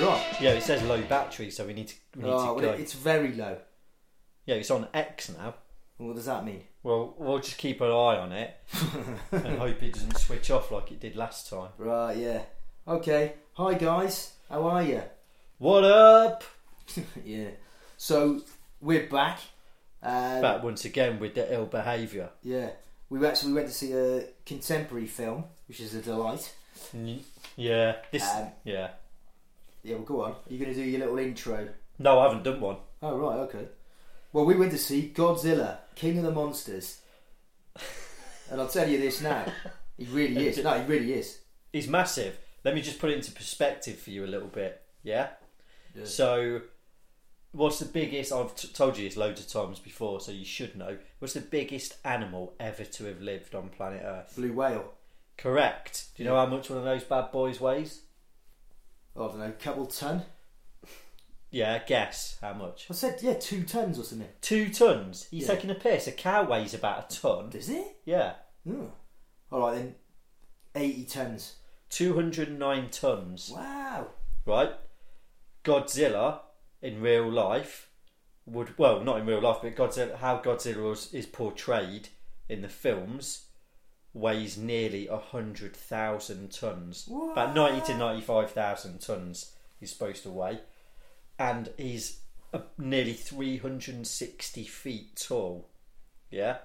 Oh, Yeah, it says low battery, so we need to. We need Oh, to well, go. it- it's very low. Yeah, it's on X now. What does that mean? Well, we'll just keep an eye on it and hope it doesn't switch off like it did last time. Right, yeah. Okay. Hi, guys. How are you? What up? yeah. So, we're back. Um, Back once again with the ill behaviour. Yeah. We actually went to see a contemporary film, which is a delight. N- Yeah, this. Um, yeah. Yeah, well, go on. You're going to do your little intro. No, I haven't done one. Oh, right, okay. Well, we went to see Godzilla, King of the Monsters. and I'll tell you this now. He really is. No, he really is. He's massive. Let me just put it into perspective for you a little bit. Yeah. Yeah. So, what's the biggest? I've t- told you this loads of times before, so you should know. What's the biggest animal ever to have lived on planet Earth? Blue whale. Correct. Do you know how much one of those bad boys weighs? I don't know, couple ton. Yeah, guess how much. I said, yeah, two tons or something. Two tons. He's Yeah. taking a piss. A cow weighs about a ton. Is it? Yeah, Mm. All right then, eighty tons. two hundred and nine tons. Wow. Right. Godzilla in real life would well not in real life, but Godzilla how Godzilla is, is portrayed in the films weighs nearly a hundred thousand tons. About ninety to ninety five thousand tons he's supposed to weigh, and he's uh, nearly three hundred and sixty feet tall. Yeah.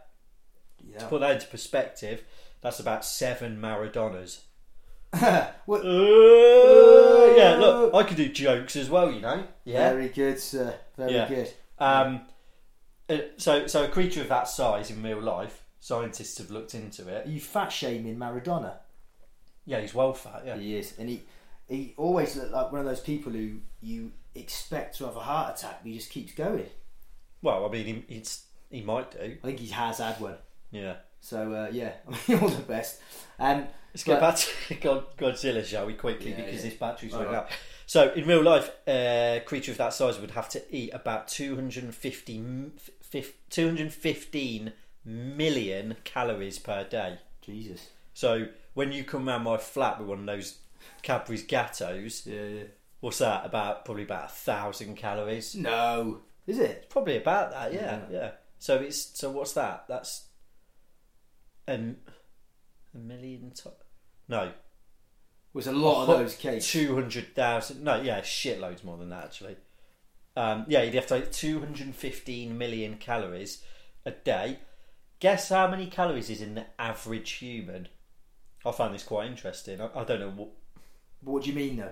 Yeah. Put that into perspective, that's about seven Maradonas. What- Uh, yeah, look, I could do jokes as well, you know. Very good, sir. Very Yeah. good. Um, uh, so, so a creature of that size in real life, scientists have looked into Are it. you fat shaming Maradona? Yeah, he's well fat. Yeah, He is, and he he always looked like one of those people who you expect to have a heart attack, but he just keeps going. well, I mean, he, he's, he might do. I think he has had one. Yeah. So uh, yeah, I mean, all the best. Um, Let's get but- back to God, Godzilla, shall we, quickly, Yeah, because yeah. this battery's All running right. out. So, in real life, a creature of that size would have to eat about 250, m- fif- 215 million calories per day. Jesus. So, when you come round my flat with one of those Cadbury's Gattos, Yeah, yeah. what's that? About probably about a thousand calories. No, is it? Probably about that, yeah, Yeah. yeah. So it's so what's that? That's um, a million to- No, Was a lot of Well, those cakes. Two hundred thousand. No, yeah, shitloads more than that actually. Um, yeah, you'd have to eat two hundred and fifteen million calories a day. Guess how many calories is in the average human? I found this quite interesting. I, I don't know. What, What do you mean though?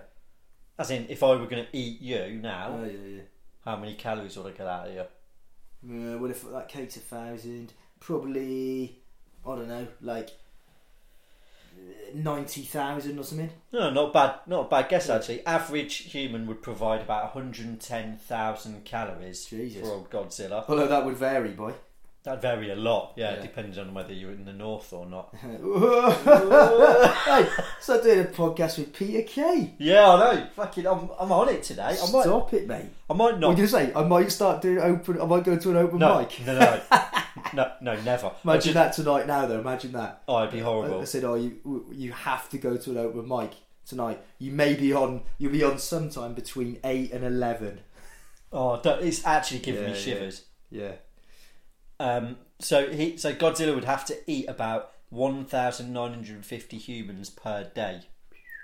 as in, if I were going to eat you now, Oh yeah, yeah. how many calories would I get out of you? Uh, well, if that cake's a thousand, probably I don't know, like ninety thousand or something. No, not bad. Not a bad guess actually. Average human would provide about one hundred and ten thousand calories Jesus. for old Godzilla. Although that would vary, boy. That vary a lot. Yeah, Yeah. it depends on whether you're in the north or not. hey, start doing a podcast with Peter Kay. Yeah, I know. Fucking, I'm, I'm on it today. I might, Stop it, mate. I might What not. did you say? I might start doing open. I might go to an open no, mic. no, no, no, no, no, never. I Imagine that tonight. Now though, imagine that. Oh, it'd be I horrible. said, "Oh, you you have to go to an open mic tonight. You may be on. You'll be on sometime between eight and eleven. Oh, don't, it's actually giving Yeah, me yeah. shivers. Yeah. Um, so he, so Godzilla would have to eat about one thousand nine hundred and fifty humans per day,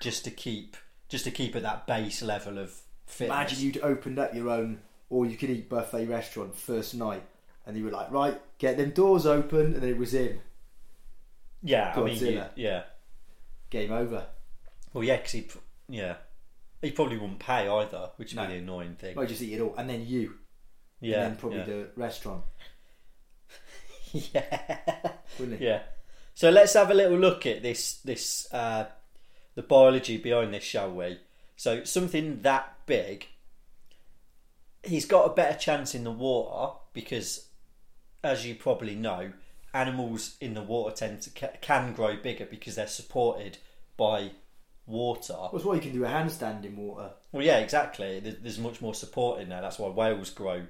just to keep, just to keep at that base level of fitness. Imagine you'd opened up your own all you could eat buffet restaurant first night and you were like, right, get them doors open, and it was in. yeah, I mean, you, Godzilla. yeah. Game over. Well, yeah, because he, pr- yeah, he probably wouldn't pay either, which would No. be the annoying thing. Well, just eat it all, and then you, yeah, and then probably yeah. the restaurant, yeah. wouldn't it? Yeah. So let's have a little look at this this uh, the biology behind this, shall we? So something that big, he's got a better chance in the water because, as you probably know, animals in the water tend to ca- can grow bigger because they're supported by water. That's why you can do a handstand in water. Well, yeah, exactly. There- There's much more support in there. That's why whales grow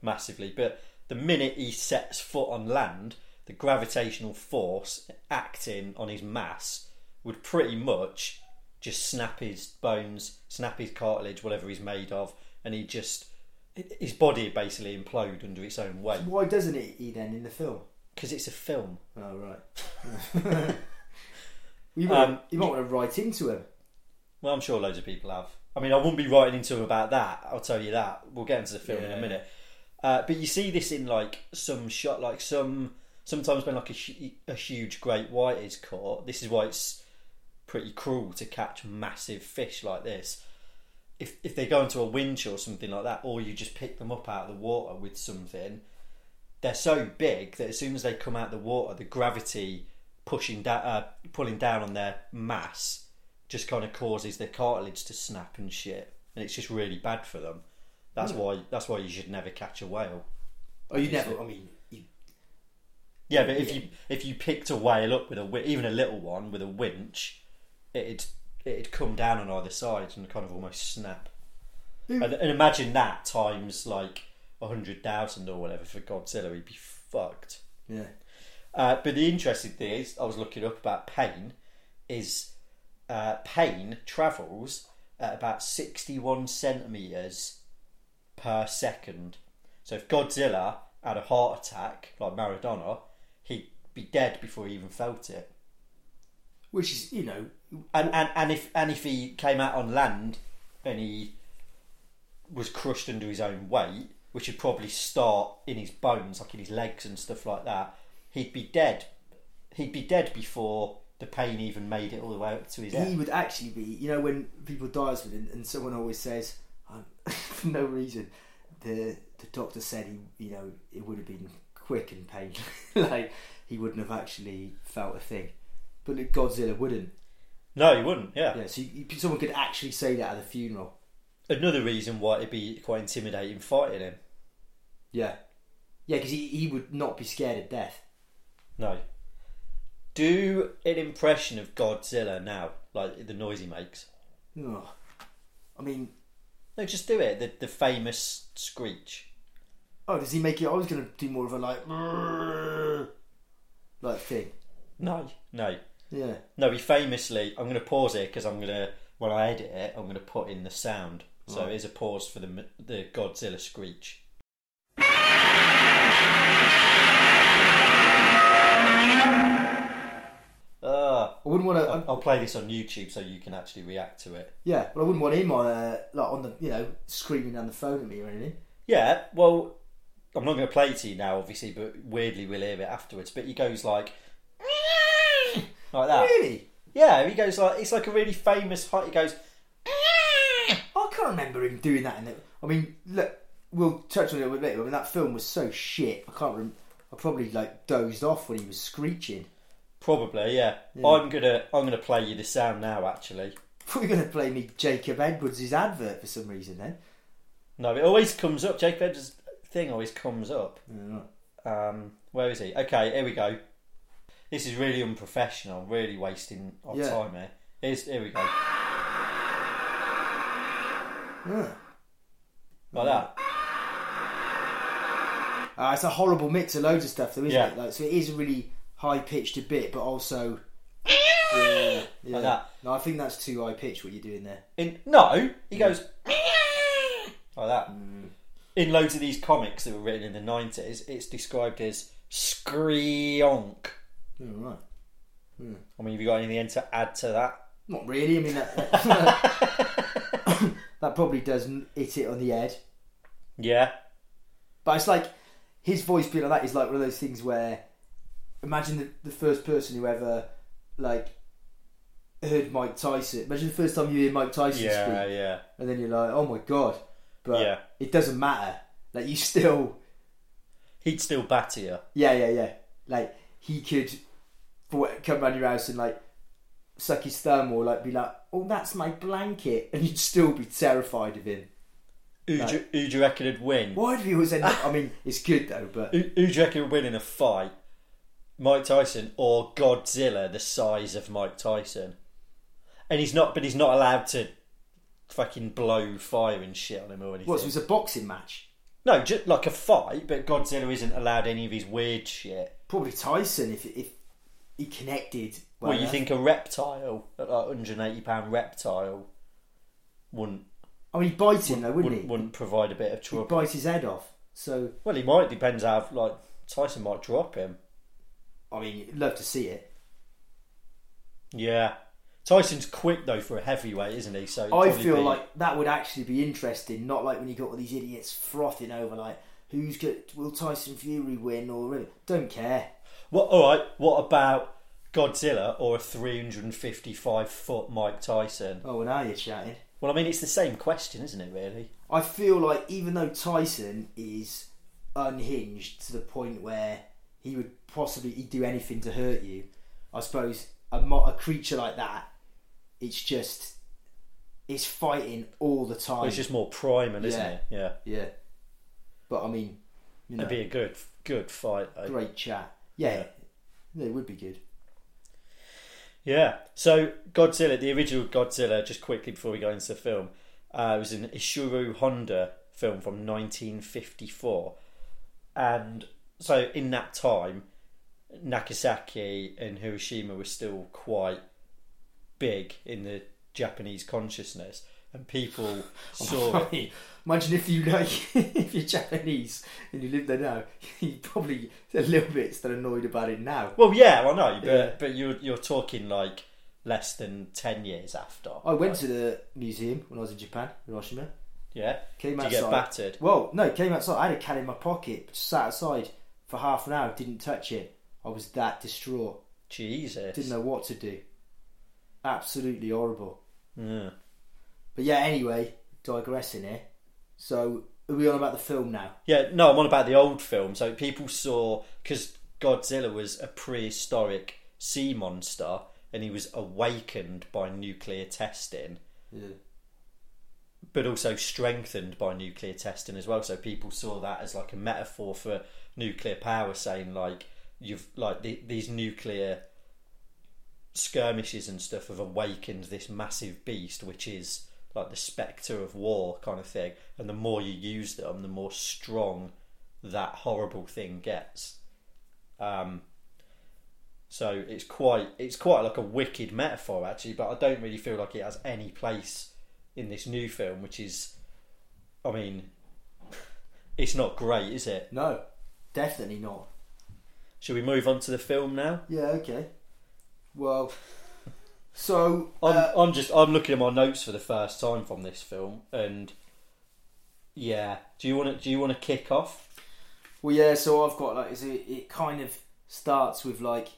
massively. But the minute he sets foot on land, the gravitational force acting on his mass would pretty much just snap his bones, snap his cartilage, whatever he's made of, and he just his body basically implode under its own weight Why doesn't it he then in the film? because it's a film. Oh right. you might, Um, you might want to write into him. Well, I'm sure loads of people have. I mean, I wouldn't be writing into him about that. I'll tell you that. We'll get into the film in Yeah. a minute. Uh, but you see this in like some shot, like some sometimes when like a, hu- a huge great white is caught. This is why it's pretty cruel to catch massive fish like this. If if they go into a winch or something like that, or you just pick them up out of the water with something, they're so big that as soon as they come out of the water, the gravity pushing down, uh, pulling down on their mass, just kind of causes their cartilage to snap and shit, and it's just really bad for them. That's why. That's why you should never catch a whale. Oh, you never. I mean, you, Yeah, but if Yeah. you if you picked a whale up with a wi- even a little one with a winch, it'd it'd come down on either side and kind of almost snap. Who- And, and imagine that times like a hundred thousand or whatever for Godzilla, he'd be fucked. yeah. Uh, but the interesting thing is, I was looking up about pain, is uh, pain travels at about 61 centimetres per second. So if Godzilla had a heart attack, like Maradona, he'd be dead before he even felt it. Which is, you know, And, and, and, if, and if he came out on land and he was crushed under his own weight, which would probably start in his bones, like in his legs and stuff like that, he'd be dead. He'd be dead before the pain even made it all the way up to his he head. would actually be. You know, when people die and, and someone always says, um, for no reason, the the doctor said he, you know, it would have been quick and pain, like he wouldn't have actually felt a thing. But Godzilla wouldn't. No, he wouldn't. Yeah. Yeah, so you, you- someone could actually say that at the funeral. Another reason why it'd be quite intimidating fighting him. Yeah, yeah, because he, he would not be scared of death. No. Do an impression of Godzilla now, like the noise he makes. Ugh. I mean, No, just do it. The the famous screech. oh, does he make it? I was gonna do more of a like, like thing. No, no, Yeah. no. He famously. I'm going to pause here because I'm going to when I edit it, I'm going to put in the sound. So here's a pause for the m- the Godzilla screech. Ah. I wouldn't want to. I'll play this on YouTube so you can actually react to it. Yeah, but I wouldn't want him on a like on the you know screaming down the phone at me or anything. Yeah, well, I'm not going to play it to you now, obviously, but weirdly we'll hear it afterwards. But he goes like, like that. Really? Yeah, he goes like, it's like a really famous fight. He goes, I can't remember him doing that. In the, I mean, look, we'll touch on it a little bit. I mean, that film was so shit. I can't remember. I probably like dozed off when he was screeching. probably, yeah. I'm gonna, I'm gonna play you the sound now. Actually, We're gonna play me Jacob Edwards' advert for some reason then. no, it always comes up. Jake Edwards' thing always comes up. Yeah, right. Um, where is he? Okay, here we go. This is really unprofessional. Really wasting our Yeah. time here. Here's, here we go. Yeah. Like that. Uh, it's a horrible mix of loads of stuff, though, isn't Yeah. it? Like, so it is a really high pitched a bit, but also. Yeah, yeah. that. No, I think that's too high pitched. What you're doing there. In no, he goes like that. In loads of these comics that were written in the nineties, it's described as screonk. Yeah, right. I mean, have you got anything to add to that? Not really. I mean, that, that, that probably doesn't hit it on the head. Yeah, But it's like his voice being like that is like one of those things where imagine the, the first person who ever like heard Mike Tyson. Imagine the first time you hear Mike Tyson yeah, speak, yeah. and then you're like, oh my god. But Yeah. it doesn't matter. Like you still, He'd still batter you. yeah, yeah, yeah. Like he could for what- come round your house and like suck his thumb or like be like, oh, that's my blanket, and you'd still be terrified of him. Who, do, who do you reckon would win? Why do we always end up? I mean, it's good though, but Who, who do you reckon would win in a fight? Mike Tyson or Godzilla, the size of Mike Tyson? And he's not, but he's not allowed to fucking blow fire and shit on him or anything. what? So it's a boxing match. No, just like a fight, but Godzilla isn't allowed any of his weird shit. Probably Tyson if if he connected. Well, you enough. think a reptile, a like, 180 pound reptile, wouldn't I mean, he bites him though, wouldn't wouldn't, he? wouldn't provide a bit of He'd trouble? bite his head off. So Well, he might. Depends how like Tyson might drop him. I mean, you'd love to see it. Yeah, Tyson's quick though for a heavyweight, isn't he? So it'd I probably feel be- like that would actually be interesting. Not like when you got all these idiots frothing over like. Who's good? Will Tyson Fury win or don't care? Well, all right. What about Godzilla or a 355 foot Mike Tyson? Oh, well, now you're chatting. Well, I mean, it's the same question, isn't it? Really? I feel like even though Tyson is unhinged to the point where he would possibly he'd do anything to hurt you, I suppose a, mo- a creature like that, it's just it's fighting all the time. Well, it's just more primal, isn't Yeah. it? Yeah, yeah, but I mean, you know, it'd be a good, good fight. Though. great chat. Yeah, Yeah. yeah, it would be good. Yeah. So Godzilla, the original Godzilla, just quickly before we go into the film, uh, it was an Ishiro Honda film from 1954, and so in that time, Nagasaki and Hiroshima were still quite big in the Japanese consciousness, and people saw it. Imagine if you like if you're Japanese and you live there now, you probably a little bit still annoyed about it now. Well, yeah, I know, but Yeah. but you're you're talking like less than ten years after. I went Like, to the museum when I was in Japan, Hiroshima. yeah. Came Did you outside. get battered? Well, no, came outside. I had a can in my pocket, just sat outside for half an hour, didn't touch it. I was that distraught. Jesus. Didn't know what to do. Absolutely horrible. Yeah. But yeah, anyway, digressing here. So, are we on about the film now? Yeah, no, I'm on about the old film. So people saw because Godzilla was a prehistoric sea monster, and he was awakened by nuclear testing, Yeah. but also strengthened by nuclear testing as well. So people saw that as like a metaphor for nuclear power, saying like you've like the, these nuclear skirmishes and stuff have awakened this massive beast, which is like the spectre of war kind of thing. And the more you use them, the more strong that horrible thing gets. Um, so it's quite it's quite like a wicked metaphor actually, but I don't really feel like it has any place in this new film, which is, I mean, it's not great, is it? No, definitely not. Should we move on to the film now? Yeah, okay. Well, so. I'm, uh, I'm just I'm looking at my notes for the first time from this film, and yeah, do you want to do you want to kick off? Well, yeah. So I've got like, is it, it kind of starts with like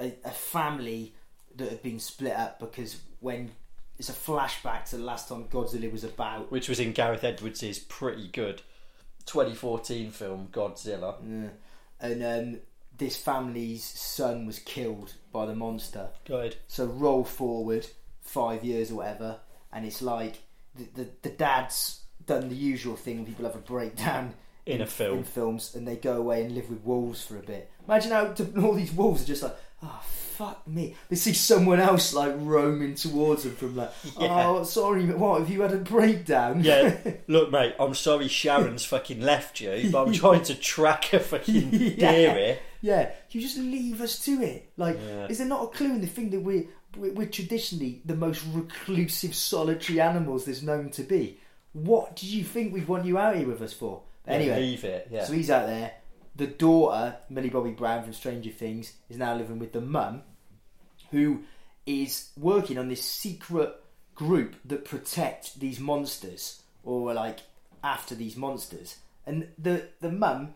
a, a family that had been split up because when it's a flashback to the last time Godzilla was about. Which was in Gareth Edwards' pretty good 2014 film Godzilla. Yeah. Uh, And um, this family's son was killed by the monster. Good. So roll forward five years or whatever, and it's like the the, the dad's done the usual thing when people have a breakdown In a film. in films, and they go away and live with wolves for a bit. Imagine how d- all these wolves are just like. Oh fuck me! They see someone else like roaming towards them from like, Yeah. oh sorry, what have you had a breakdown? Yeah, look, mate, I'm sorry Sharon's fucking left you, but I'm trying to track her fucking Yeah. dearie. Yeah, you just leave us to it. Like, Yeah. is there not a clue in the thing that we're, we're we're traditionally the most reclusive, solitary animals there's known to be? What do you think we want you out here with us for? But anyway, Leave it, yeah. so he's out there. The daughter, Millie Bobby Brown from Stranger Things, is now living with the mum, who is working on this secret group that protect these monsters, or like after these monsters. And the the mum,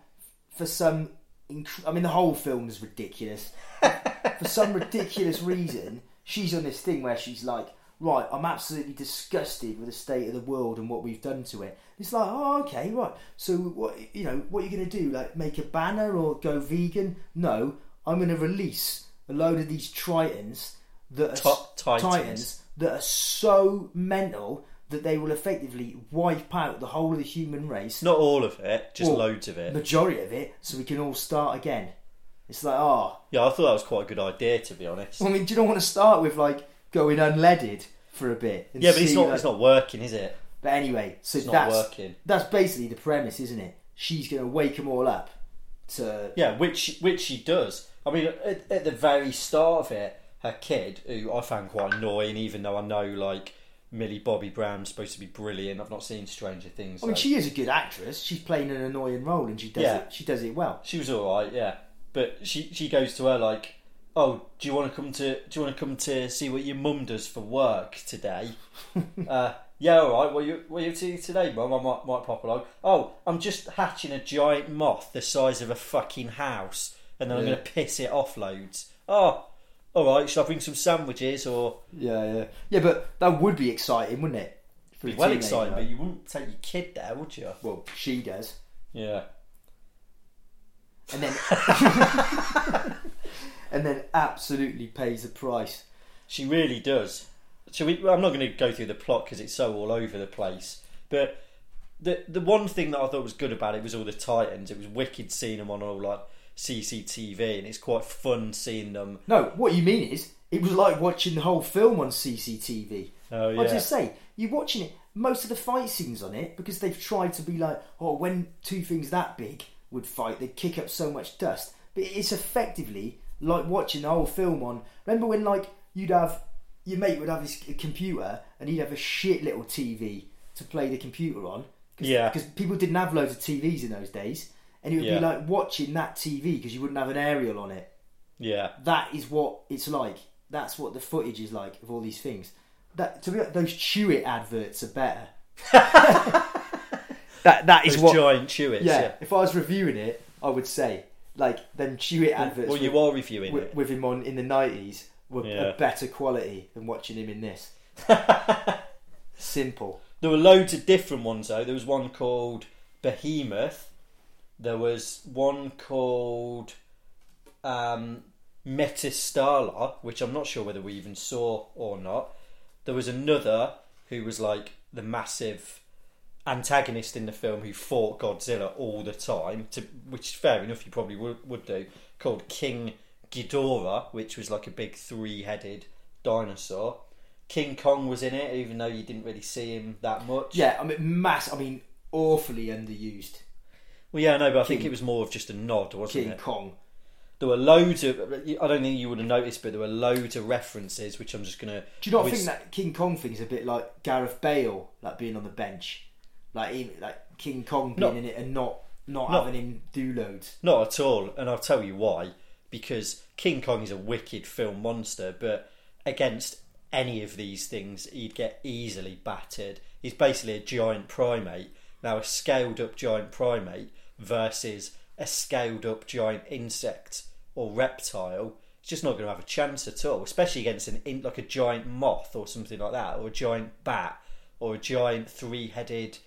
for some, inc- I mean, the whole film is ridiculous. for some ridiculous reason, she's on this thing where she's like, right, I'm absolutely disgusted with the state of the world and what we've done to it. It's like, oh, okay, right. So what you know, what are you going to do? Like make a banner or go vegan? No, I'm going to release a load of these tritons that are Top Titans. titans that are so mental that they will effectively wipe out the whole of the human race Not all of it, just Well, loads of it. majority of it so we can all start again. It's like, oh, Yeah, I thought that was quite a good idea, to be honest. I mean, do you not want to start with like going unleaded for a bit? and Yeah, but it's see, not, like- it's not working, is it? But anyway, so It's not that's working. that's basically the premise, isn't it? She's going to wake them all up to Yeah, which which she does. I mean, at, at the very start of it, her kid, who I found quite annoying, even though I know like Millie Bobby Brown's supposed to be brilliant. I've not seen Stranger Things. I mean, though. she is a good actress. She's playing an annoying role, and she does Yeah. it. She does it well. she was all right, yeah. But she she goes to her like, "Oh, do you want to come to do you want to come to see what your mum does for work today?" uh, yeah, all right. What you what you up to today, mum? I might might pop along. Oh, I'm just hatching a giant moth the size of a fucking house, and then I'm Yeah. gonna piss it off loads. Oh, all right. Should I bring some sandwiches or? Yeah, yeah, yeah. But that would be exciting, wouldn't it? For Be a well teenager. excited, but you wouldn't take your kid there, would you? well, she does, Yeah. and then and then absolutely pays the price. She really does. So we, well, I'm not going to go through the plot because it's so all over the place. But the the one thing that I thought was good about it was all the Titans. It was wicked seeing them on all like CCTV, and it's quite fun seeing them. No, what you mean is it was like watching the whole film on CCTV. Oh I yeah, just say you're watching it. Most of the fight scenes on it because they've tried to be like, oh, when two things that big would fight, they kick up so much dust. But it's effectively like watching the whole film on. Remember when like you'd have your mate would have his c- computer and he'd have a shit little TV to play the computer on. Cause, Yeah. Because people didn't have loads of TVs in those days, and it would Yeah. be like watching that TV because you wouldn't have an aerial on it yeah, that is what it's like. That's what the footage is like of all these things. That to be honest, those chew it adverts are better. that that is Those what. giant chewits. yeah, Yeah. if I was reviewing it, I would say like them chew it adverts Well, you with, are reviewing with, it. with him on in the nineties were Yeah. a better quality than watching him in this. Simple. There were loads of different ones though. There was one called Behemoth. There was one called um, Metastala, which I'm not sure whether we even saw or not. There was another who was like the massive antagonist in the film who fought Godzilla all the time, to, which is fair enough, you probably would, would do, called King Ghidorah, which was like a big three headed dinosaur. King Kong was in it, even though you didn't really see him that much. Yeah, I mean mass. I mean awfully underused. Well, yeah, I know, but I think it was more of just a nod, wasn't King it? Kong. There were loads of. I don't think you would have noticed, but there were loads of references, which I'm just gonna. Do you not whiz- think that King Kong thing is a bit like Gareth Bale, like being on the bench, like him, like King Kong being No. in it and not not No. having him do loads? Not at all, and I'll tell you why. Because King Kong is a wicked film monster, but against any of these things, he'd get easily battered. He's basically a giant primate. Now, a scaled up giant primate versus a scaled up giant insect or reptile, it's just not going to have a chance at all, especially against an in, like a giant moth or something like that, or a giant bat, or a giant three headed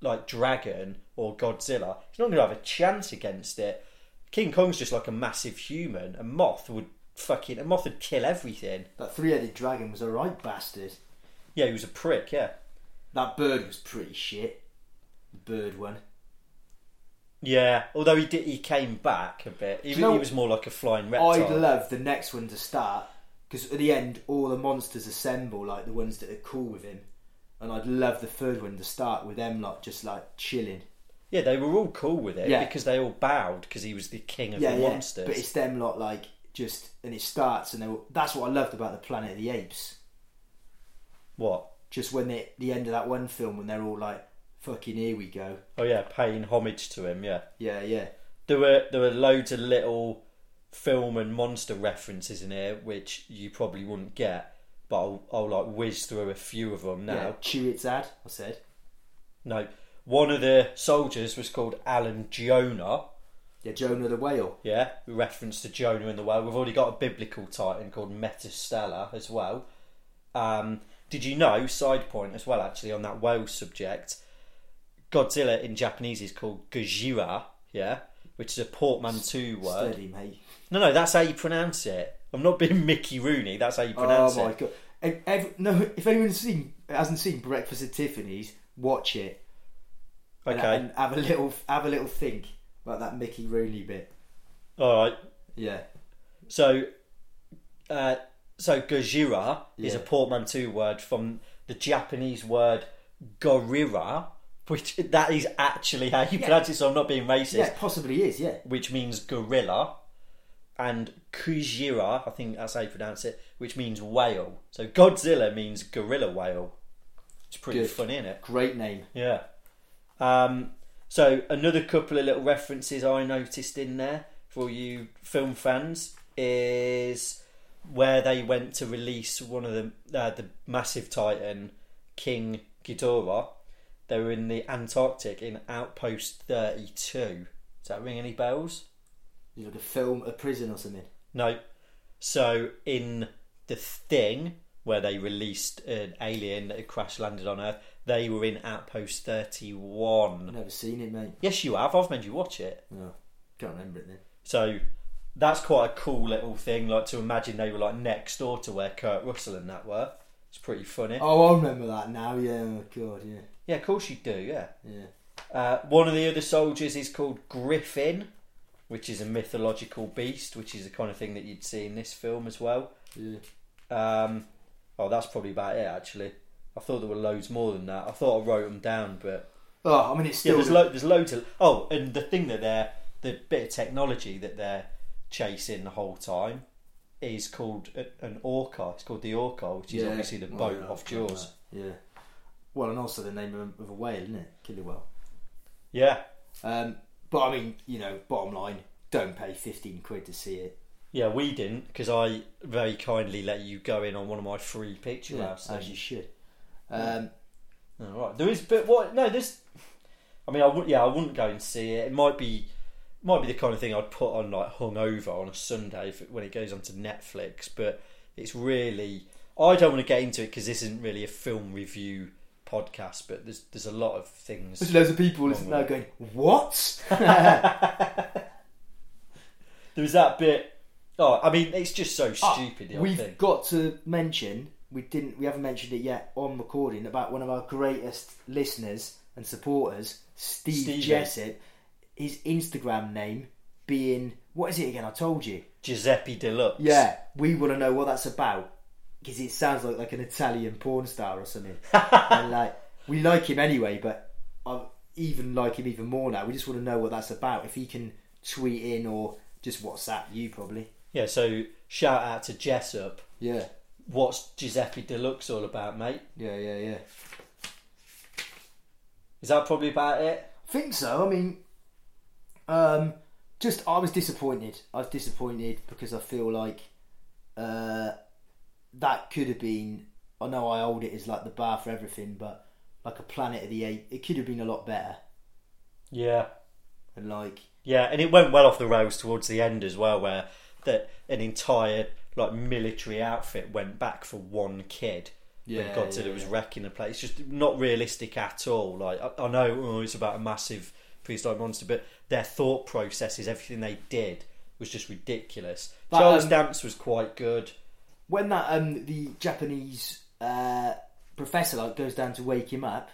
like Dragon or Godzilla, he's not going to have a chance against it. King Kong's just like a massive human. A moth would fucking a moth would kill everything. That three-headed dragon was a right bastard. Yeah, he was a prick. Yeah, That bird was pretty shit. The bird one. yeah. Although he did, he came back a bit. He, Do you know- he was more like a flying I'd reptile. love the next one to start because at the end all the monsters assemble, like the ones that are cool with him, and I'd love the third one to start with them lot just like chilling. yeah, they were all cool with it Yeah. because they all bowed because he was the king of yeah, the yeah. monsters. But it's them lot like just and it starts and they were, that's what I loved about the Planet of the Apes. What? Just when they the end of that one film when they're all like, "Fucking here we go." Oh yeah, paying homage to him. Yeah. Yeah, yeah. there were there were loads of little film and monster references in here which you probably wouldn't get but I'll, I'll like whiz through a few of them now yeah. Chew its ad. I said. no one of the soldiers was called alan jonah Yeah, Jonah the whale. yeah reference to jonah in the well we've already got a biblical titan called metastella as well um, did you know side point as well actually on that whale subject godzilla in japanese is called gojira yeah which is a portmanteau word Steady, mate. No, no, that's how you pronounce it. I'm not being Mickey Rooney. That's how you pronounce oh my it. god. Ev- ev- no, if anyone's seen hasn't seen Breakfast at Tiffany's, watch it and, Okay, and have a little have a little think about that Mickey Rooney bit. all right. Yeah, So, uh, so Gojira is a Yeah. portmanteau word from the Japanese word gorilla, Which that is actually how you Yeah. pronounce it, so I'm not being racist. Yeah, it possibly is. Yeah, Which means gorilla, and Kujira, I think that's how you pronounce it, which means whale. So Godzilla means gorilla whale. It's pretty Good. funny, isn't it? great name. Yeah. Um, so another couple of little references I noticed in there for you film fans is where they went to release one of the uh, the massive titan King Ghidorah. They were in the Antarctic in Outpost Thirty Two. Does that ring any bells? You like a film, a prison or something. No. So in the thing where they released an alien that had crash landed on Earth, they were in Outpost Thirty One. I've never seen it, mate. Yes, you have. I've made you watch it. No, can't remember it then. So that's quite a cool little thing. Like to imagine they were like next door to where Kurt Russell and that were. It's pretty funny. Oh, I remember that now. Yeah, oh, God, yeah, Yeah, of course you do. Yeah. yeah. Uh, one of the other soldiers is called Griffin, which is a mythological beast, which is the kind of thing that you'd see in this film as well. Yeah. Um, oh, that's probably about it actually. I thought there were loads more than that. I thought I wrote them down, but Oh, I mean, it's Yeah, still there's, lo- there's loads of. Oh, and the thing that they're. The bit of technology that they're chasing the whole time is called a- an orca. It's called the orca, which is Yeah. obviously the Well, boat yeah, off I've got Jaws. that. Yeah. Well, and also the name of, of a whale, isn't it? Killer whale. Yeah, Um, but I mean, you know, bottom line, don't pay fifteen quid to see it. yeah, we didn't because I very kindly let you go in on one of my free picture Yeah, hours. as you should. Um, All right, there is, but what? No, this. I mean, I would. Yeah, I wouldn't go and see it. It might be, might be the kind of thing I'd put on like hungover on a Sunday if, it- when it goes onto Netflix. But it's really, I don't want to get into it because this isn't really a film review podcast. But there's there's a lot of there's things. loads of people listening now going, "What?" yeah, There's that bit. Oh, I mean, it's just so stupid. the whole Ah, We've thing. got to mention we didn't, we haven't mentioned it yet on recording about one of our greatest listeners and supporters, Steve Stevie. Jessett. His Instagram name being what is it again? I told you. Giuseppe Deluxe. Yeah, we want to know what that's about because it sounds like like an Italian porn star or something. and like we like him anyway, but I even like him even more now. We just want to know what that's about. If he can tweet in or just WhatsApp you, probably. yeah. So shout out to Jessup. Yeah, What's Giuseppe Deluxe all about, mate? yeah, yeah, yeah. Is that probably about it? think so. I mean, um, just I was disappointed. I was disappointed because I feel like uh, that could have been. I know I hold it as like the bar for everything, but like a Planet of the Eight, it could have been a lot better. Yeah. And like, Yeah, and it went well off the rails towards the end as well, where that an entire like military outfit went back for one kid. Yeah, when Godzilla yeah, was yeah. wrecking the place, just not realistic at all. Like I, I know oh, it's about a massive prehistoric monster, but their thought processes, everything they did, was just ridiculous. But, Charles um, Dance was quite good. when that um the Japanese uh, professor like goes down to wake him up,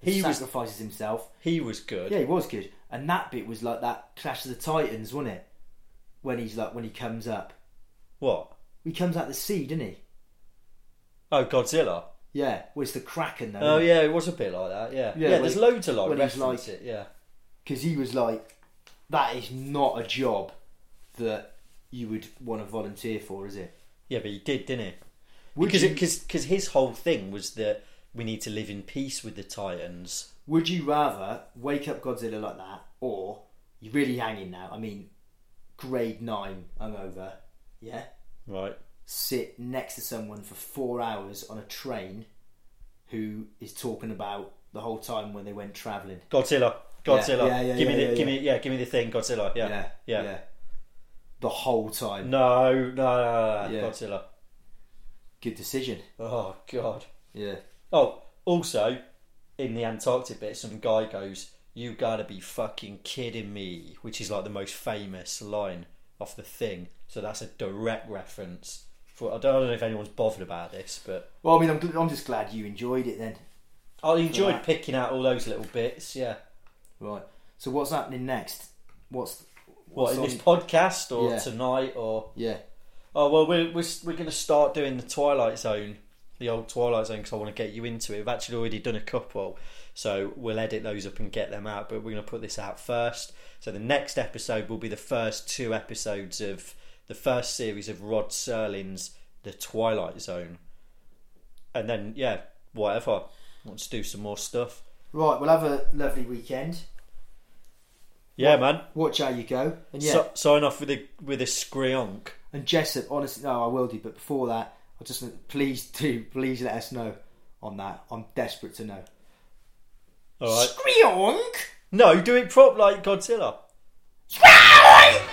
he He was- sacrifices himself. He was good. Yeah, he was good. And that bit was like that Clash of the Titans, wasn't it? When he's like when he comes up, What? he comes out the sea, didn't he? Oh, Godzilla. Yeah, well, it's the Kraken though. Oh yeah, it was a bit like that. Yeah. Yeah, Yeah. there's when- loads of like when he's reference it. Yeah. Because he was like, that is not a job that you would want to volunteer for, is it? Yeah, but he did, didn't he? Would because you, because his whole thing was that we need to live in peace with the Titans. would you rather wake up Godzilla like that, or you really hanging now? I mean, grade nine hungover, yeah. Right. Sit next to someone for four hours on a train, who is talking about the whole time when they went travelling. Godzilla. Godzilla. Yeah, yeah, give yeah, me the yeah, give me yeah, give me the thing, Godzilla. Yeah. Yeah. The whole time. No, no, no, no, no, Yeah. Godzilla. Good decision. Oh god. Yeah. Oh, also in the Antarctic bit some guy goes, You gotta be fucking kidding me which is like the most famous line off the thing. So that's a direct reference. For I don't, I don't know if anyone's bothered about this, but Well, I mean, I'm, gl- I'm just glad you enjoyed it then. I enjoyed that. picking out all those little bits, yeah. Right. So what's happening next? What's What what's in on- this podcast or Yeah. tonight or yeah? oh well we're we're, we're going to start doing the Twilight Zone the old Twilight Zone because I want to get you into it. We've actually already done a couple, so we'll edit those up and get them out. But we're going to put this out first. So the next episode will be the first two episodes of the first series of Rod Serling's The Twilight Zone, and then yeah, whatever. Let's do some more stuff. Right, we'll have a lovely weekend. Yeah, man. Watch how you go. And yeah, So, sign off with a with a screonk. and Jessup, honestly, no, I will do. But before that, I just please do, please let us know on that. I'm desperate to know. All right. Squeonk! No, do it prop like Godzilla. Squeonk!